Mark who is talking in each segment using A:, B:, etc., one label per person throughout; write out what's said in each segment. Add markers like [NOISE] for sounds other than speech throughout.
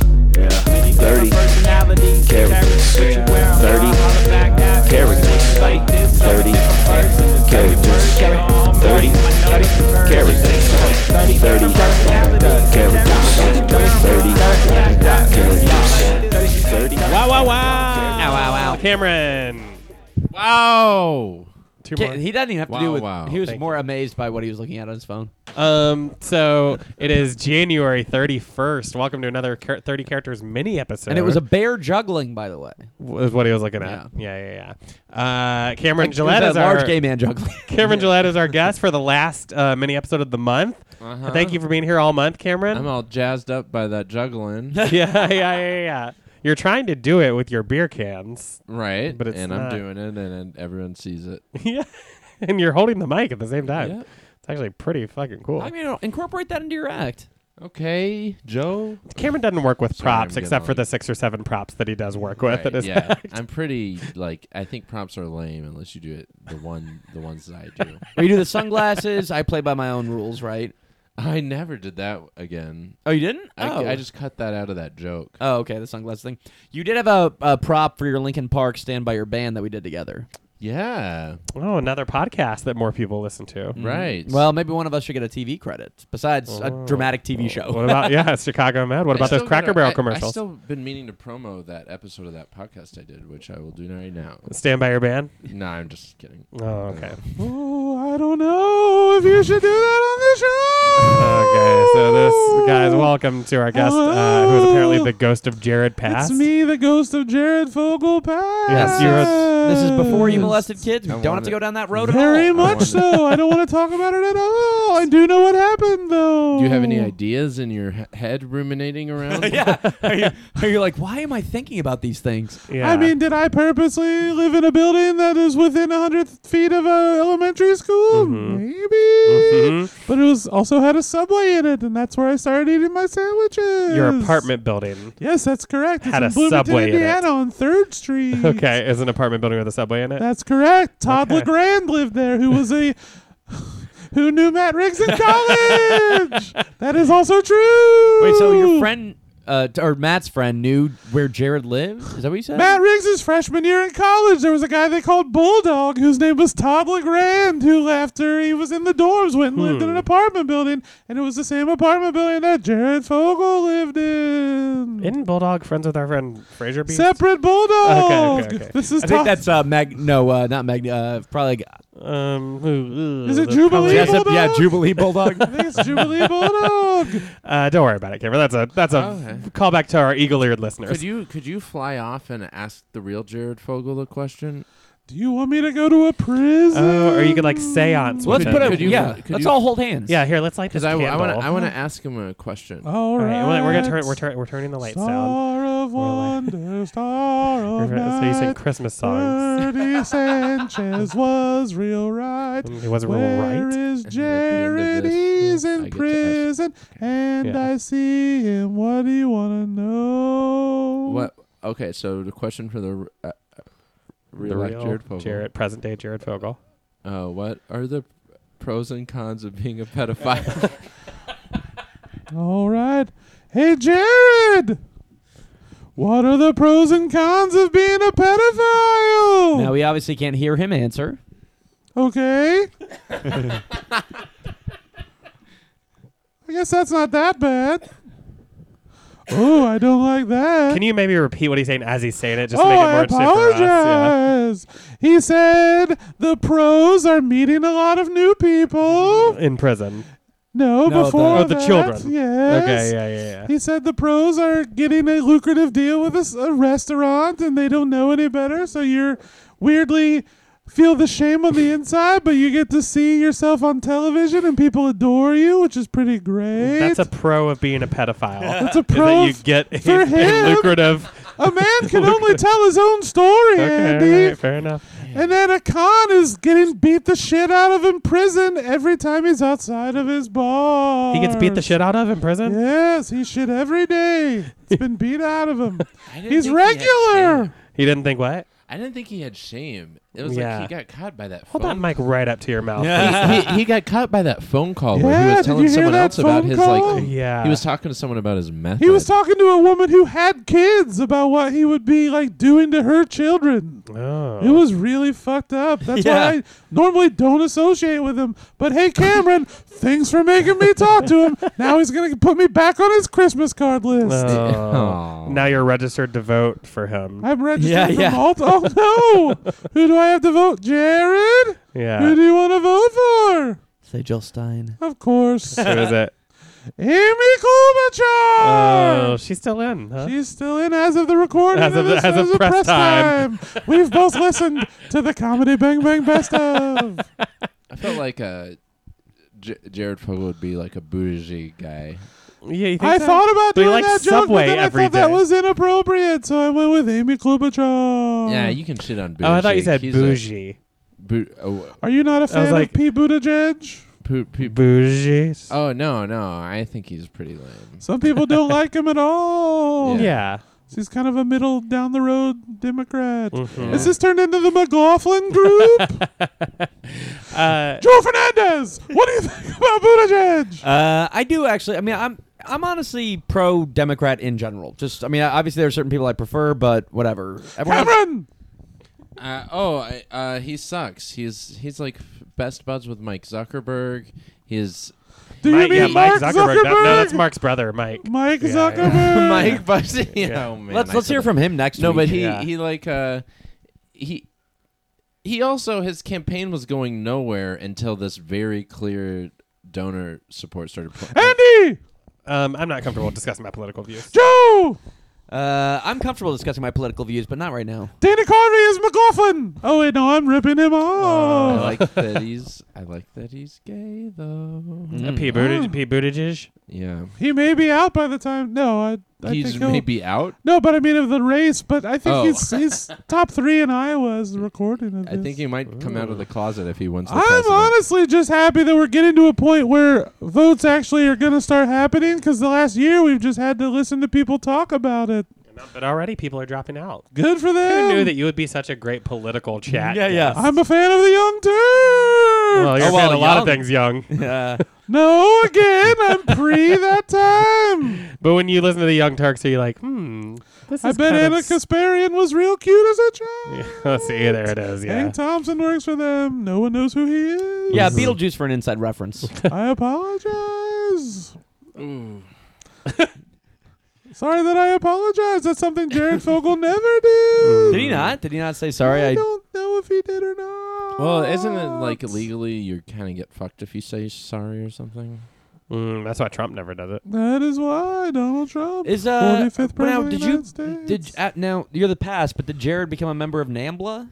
A: Thirty characters. Thirty characters. Thirty characters. Thirty characters. Thirty characters. Thirty characters. Thirty.
B: Wow, wow, wow.
C: Ow, ow, ow.
B: Cameron.
D: Wow.
B: Two
C: Ca-
B: more.
C: He doesn't even have to
D: Wow,
C: do with.
D: wow.
C: He was
B: Thank
C: more amazed by what he was looking at on his phone.
B: Um, so it is January 31st. Welcome to another char- 30 characters mini episode.
C: And it was a bear juggling, by the way.
B: was what he was looking at. Yeah, yeah, yeah. Uh, Cameron Gillette
C: It was
B: is
C: a
B: our
C: large gay man juggling.
B: Cameron
C: [LAUGHS]
B: Gillette is our guest for the last uh, mini episode of the month.
D: Uh-huh.
B: Thank you for being here all month, Cameron.
D: I'm all jazzed up by that juggling.
B: [LAUGHS] yeah, yeah, yeah, yeah, yeah. You're trying to do it with your beer cans. [LAUGHS]
D: right.
B: But it's
D: and
B: not.
D: I'm doing it, and, and everyone sees it.
B: yeah. And you're holding the mic at the same time.
D: Yeah.
B: It's actually pretty fucking cool.
C: I mean, incorporate that into your act.
D: Okay, Joe.
B: Cameron doesn't work with
D: Sorry, I'm
B: props
D: getting
B: except for
D: on.
B: the six or seven props that he does work with.
D: Right,
B: It is
D: yeah, I'm pretty like I think prompts are lame unless you do it the one the ones that I do.
C: [LAUGHS]
D: [LAUGHS]
C: Or you do the sunglasses. I play by my own rules, right?
D: I never did that again.
C: Oh, you didn't?
D: I,
C: oh.
D: I just cut that out of that joke.
C: Oh, okay, the sunglasses thing. You did have a, a prop for your Lincoln Park Stand By Your Band that we did together.
D: Yeah,
B: [LAUGHS] Oh, another podcast that more people listen to.
C: Mm-hmm.
D: right.
C: Well, maybe one of us should get a TV credit besides a dramatic
B: Oh.
C: TV show.
B: What
D: [LAUGHS]
B: about yeah, it's Chicago Med. What
D: I
B: about those
D: still
B: Cracker
D: gotta-
B: Barrel
D: I-
B: commercials?
D: I still been meaning to promo that episode of that podcast I did, which I will do right now.
B: [LAUGHS] Stand by your band.
D: no, I'm just
B: [LAUGHS]
D: kidding.
B: Oh, okay.
D: Oh, I don't know if you should do that on the show.
B: Okay, so this guys, welcome to our guest, uh, who is apparently the ghost of Jared Pass.
D: [LAUGHS] the ghost of Jared Fogle Pass.
B: Yes, you're a-
C: This is before you molested kids. We
D: I
C: don't have to
D: wanted-
C: go down that road at
D: I
C: all. [LAUGHS]
D: wanted-
B: I don't want to talk about it at all. I do know what happened though.
D: Do you have any ideas in your he- head ruminating [LAUGHS] around?
C: yeah. Are you, are you like, why am I thinking about these things?
B: [LAUGHS] Yeah.
D: did I purposely live in a building that is within 100 feet of a elementary school?
B: Mm-hmm.
D: Maybe.
B: Mhm.
D: But it was also had a subway in it, and that's where I started eating my sandwiches.
B: your apartment building.
D: Yes, that's correct.
B: Had a subway in it.
D: on 3rd
B: [LAUGHS]
D: Street.
B: Okay, is an apartment building with a subway in it.
D: That's correct. Todd
B: Okay.
D: LeGrand lived there, who was a [SIGHS] who knew Matt Riggs in college. that is also true.
C: Wait, so your friend, uh, t- or Matt's friend, knew where Jared lived? Is that what you said?
D: Matt Riggs' freshman year in college, there was a guy they called Bulldog, whose name was Todd LeGrand, who after he was in the dorms went and lived in
B: Hmm.
D: an apartment building, and it was the same apartment building that Jared Fogle lived in.
B: Isn't Bulldog friends with our friend Fraser Beast?
D: Separate Bulldog.
B: Okay, okay, okay.
D: This is
C: I think
D: Todd.
C: that's uh, Mag. No, uh, not Mag. Uh, probably like
B: Um, ooh, ooh,
D: Is it
B: that's
D: Jubilee
B: probably-
D: Bulldog?
C: Jessup- yeah, Jubilee [LAUGHS] Bulldog.
D: I think it's Jubilee Bulldog.
B: Uh, don't worry about it, Cameron. That's a that's a
D: Oh, Okay.
B: callback to our eagle-eared listeners.
E: Could you could you fly off and ask the real Jared Fogle a question?
D: Do you want me to go to a
B: [LAUGHS]
D: prison?
B: Oh, or you could like seance.
C: Well,
B: with
C: let's put
B: it.
C: a
E: Could you-
C: yeah.
E: could
C: let's
E: you-
C: all hold hands.
B: Yeah, here, let's light this
E: Because I,
B: candle.
E: want to I want to ask him a question.
D: All
B: All right, we're, we're gonna turn
D: right.
B: we're, turn we're turning the lights down.
D: Star of
B: We're like-
D: wonder, star
B: [LAUGHS] We're
D: of
B: gonna- So you sing
D: night.
B: Christmas songs. [LAUGHS]
D: Bernie Sanchez was real right.
B: Mm, It wasn't real
D: Where
B: right.
D: is
E: And then at the end of
D: Jared?
E: this,
D: He's
E: I
D: in
E: get to ask-
D: prison, and
B: Yeah.
D: I see him. What do you want to know?
E: What? Okay, so the question for the uh, uh, real,
B: The
E: life
B: real
E: Jared Fogle.
B: Jared, present day Jared Fogle.
E: Uh, what are the pros and cons of being a pedophile?
D: [LAUGHS] All right. Hey, Jared. What are the pros and cons of being a pedophile?
C: Now we obviously can't hear him answer.
D: Okay. [LAUGHS] I guess that's not that bad. Oh, I don't like that.
B: Can you maybe repeat what he's saying as he's saying it, just
D: oh,
B: to make it
D: I
B: more interesting for us? Yeah.
D: apologize. He said the pros are meeting a lot of new people.
B: In prison.
D: No,
C: No, the-
D: before
B: Oh, the
D: that,
B: children.
D: Yes.
B: Okay, yeah, yeah, yeah.
D: He said the pros are getting a lucrative deal with a, s- a restaurant and they don't know any better. So you're weirdly feel the shame on the inside, but you get to see yourself on television and people adore you, which is pretty great.
B: That's a pro of being a pedophile. That's
D: a pro
B: Is that you get
D: for
B: a,
D: him.
B: lucrative. [LAUGHS]
D: A man can only tell his own story, Andy.
B: Okay, all right, fair enough.
D: And then a con is getting beat the shit out of in prison every time he's outside of his bar.
B: He gets beat the shit out of in prison.
D: Yes, he shit every day.
B: [LAUGHS]
D: It's been beat out of him.
E: I didn't
D: He's
E: think he had
D: regular.
E: shame.
B: He didn't think what?
E: I didn't think he had shame. It was
B: Yeah.
E: like he got caught by that.
B: Hold
E: phone.
B: that mic right up to your mouth.
E: [LAUGHS] he, he got caught by that phone call where he
D: Yeah,
E: was
D: did
E: telling
D: you hear
E: someone
D: that
E: else about
D: phone
E: his
D: call?
E: like.
B: Yeah.
E: He was talking to someone about his method.
D: He was talking to a woman who had kids about what he would be like doing to her children. [LAUGHS]
B: Oh.
D: It was really
C: [LAUGHS]
D: fucked up. That's
C: Yeah.
D: why I normally don't associate with him. But hey, Cameron, thanks for making me talk
C: [LAUGHS]
D: to him. Now he's gonna put me back on his Christmas card list.
C: Uh,
B: Oh.
E: Aw.
B: now you're registered to vote for him.
D: I'm registered
C: Yeah,
D: for
C: yeah.
D: Malta. Oh
C: [LAUGHS]
D: no! Who do I have to vote? Jared? Who
B: Yeah.
D: do you want to vote
C: Say Jill Stein.
D: for?
C: [LAUGHS]
D: Of course,
B: Who is
D: [LAUGHS]
B: it?
D: Amy
B: Oh,
C: Oh,
D: Klobuchar.
B: she's still in, huh?
D: She's still in as of the recording.
B: As
D: of,
B: of the-
D: this,
B: as of
D: the
B: press time.
D: time. We've both listened to the comedy Bang Bang Best
B: [LAUGHS]
D: of.
E: I felt like uh, J- Jared Fogle would be like a bougie guy.
B: yeah, you think
D: I
B: so?
D: thought about
B: But he
D: doing
B: likes
D: that joke,
B: Subway
D: but then I
B: every
D: thought that
B: day.
D: was inappropriate, so I went with Amy Klobuchar.
E: Yeah, you can shit on bougie.
B: Oh, I thought you said
E: He's a
B: bougie.
E: bou- oh,
D: Are you not a fan
B: like-
D: of P. Buttigieg?
E: poo- poo-
B: Bougie.
E: oh no, no, I think he's pretty lame.
D: Some
B: [LAUGHS]
D: people don't like him at all.
E: Yeah.
B: yeah.
D: He's kind of a middle down the road Democrat.
B: Mhm.
D: Has this turned into the McLaughlin group?
B: [LAUGHS] Uh,
D: Joe Fernandez, what do you think about Buttigieg?
C: Uh, I do actually. I mean, I'm I'm honestly pro Democrat in general. Just I mean, obviously there are certain people I prefer, but whatever. Everyone-
D: Cameron,
E: Uh, oh, I- uh, he sucks. He's he's like f- best buds with Mike Zuckerberg.
B: [LAUGHS]
E: He's
D: do
B: Mike,
D: you
B: yeah,
D: mean
B: Mike
D: Mark
B: Zuckerberg.
D: Zuckerberg?
B: No, no, that's Mark's brother, Mike.
D: Mike
B: Yeah,
E: [LAUGHS]
D: Zuckerberg.
E: Mike Bussy.
B: Yeah.
E: Oh man,
C: let's
E: I
C: let's
E: said
C: hear
E: that.
C: from him next.
E: No,
C: week.
E: but he
B: Yeah.
E: he like uh he. He also his campaign was going nowhere until this very clear donor support started. Pl-
D: Andy,
B: Um, I'm not comfortable discussing my political views.
D: Joe,
C: uh, I'm comfortable discussing my political views, but not right now.
D: Dana Carvey is McLaughlin. Oh wait, no, I'm ripping him
E: I
D: off.
E: like [LAUGHS] that he's I like that he's gay though.
D: Mm.
B: Uh, P.
D: Oh.
B: Buttig- P. Buttigieg.
E: Yeah,
D: he may be out by the time. No, I, I
E: he's
D: think he'll-
E: maybe out.
D: No, but I mean of the race. But I think
E: Oh.
D: he's he's top three in Iowa as the recording of
E: I
D: this.
E: think he might come out of the closet if he wins the
D: I'm
E: president.
D: honestly just happy that we're getting to a point where votes actually are going to start happening because the last year we've just had to listen to people talk about it.
B: But already people are dropping out.
D: Good for them.
B: Who knew that you would be such a great political chat?
C: Yeah, yeah.
B: guest?
D: I'm a fan of the Young Turk.
B: Well, you're
C: Oh,
B: saying
C: well,
B: a lot of
C: young.
B: things
E: [LAUGHS]
B: young.
C: Uh,
D: no, again, I'm pre that time.
B: But when you listen to the Young Turks, are you like, hmm, this
D: I
B: is
D: bet
B: kind of
D: Anna
B: s-
D: Kasparian was real cute as a child.
B: Yeah, Let's see, there it is. Yeah.
D: Hank Thompson works for them. No one knows who he is.
C: yeah, Beetlejuice for an inside reference.
D: I apologize. [LAUGHS] Sorry that I apologize. That's something Jared
C: [LAUGHS]
D: Fogle never did.
C: Did he not? Did he not say sorry?
D: I
C: I,
D: don't know if he did or not.
E: Well, isn't it like legally you kind of get fucked if you say sorry or something?
B: Mm, that's why Trump never does it.
D: That is why Donald Trump
C: is uh
D: 45th
C: now
D: president of
C: did
D: the
C: you
D: United
C: did
D: States.
C: uh, now you're the past, but did Jared become a member of NAMBLA?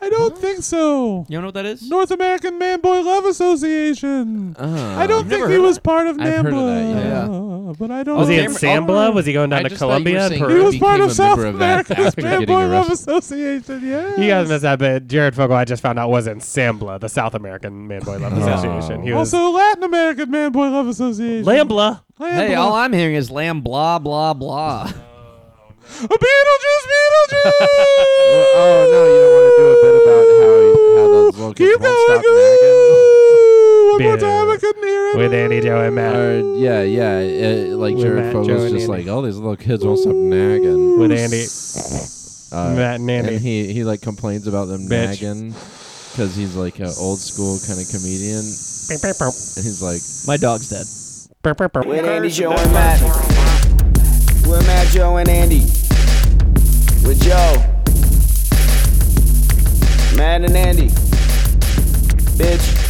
D: I don't think so.
C: You don't know what that is?
D: North American Man Boy Love Association.
E: Uh,
D: I don't
C: never
D: think he
C: heard
D: was
C: of
D: part of
E: I've heard of that,
D: NAMBLA, uh,
E: yeah.
D: but I don't.
B: Was he
D: know.
B: in Sambla? Was he going down
E: I
B: to
E: just thought you were
B: Colombia? and
E: saying
D: He
B: Peru?
E: Or
D: was
E: he
D: part
E: became
D: of
E: a member
D: South
E: of that
D: America's
E: after
D: Man
E: getting
D: Boy Love
E: arrested.
D: Association. Yeah.
B: You guys missed that, but Jared Fogle, I just found out, was in Sambla, the South American Man Boy Love
E: Oh.
B: Association. He was
D: also, Latin American Man Boy Love Association.
B: Lambla.
D: Lambla.
C: Hey, all I'm hearing is lamb blah blah blah.
D: Beetlejuice,
E: [LAUGHS]
D: Beetlejuice.
E: Oh no, you don't want to do a bit about how, how those
D: Keep
E: locals won't
D: going.
B: Beetlejuice.
E: stop nagging.
D: Ooh, one more time, I couldn't hear it.
B: With Andy, Joe, and Matt.
E: Or yeah, yeah, uh, like
B: With
E: Jared
B: Matt, Joe,
E: Fogle's
B: and
E: just
B: Andy.
E: like all these little kids won't stop nagging.
B: With Andy.
E: Uh,
B: Matt and Andy.
E: he he like complains about them
B: Bitch.
E: nagging because he's like an old school kind of comedian, and he's like,
C: My dog's dead.
F: With Andy, Joe, and Matt. With Matt, Joe, and Andy. With Joe. Matt and Andy. Bitch.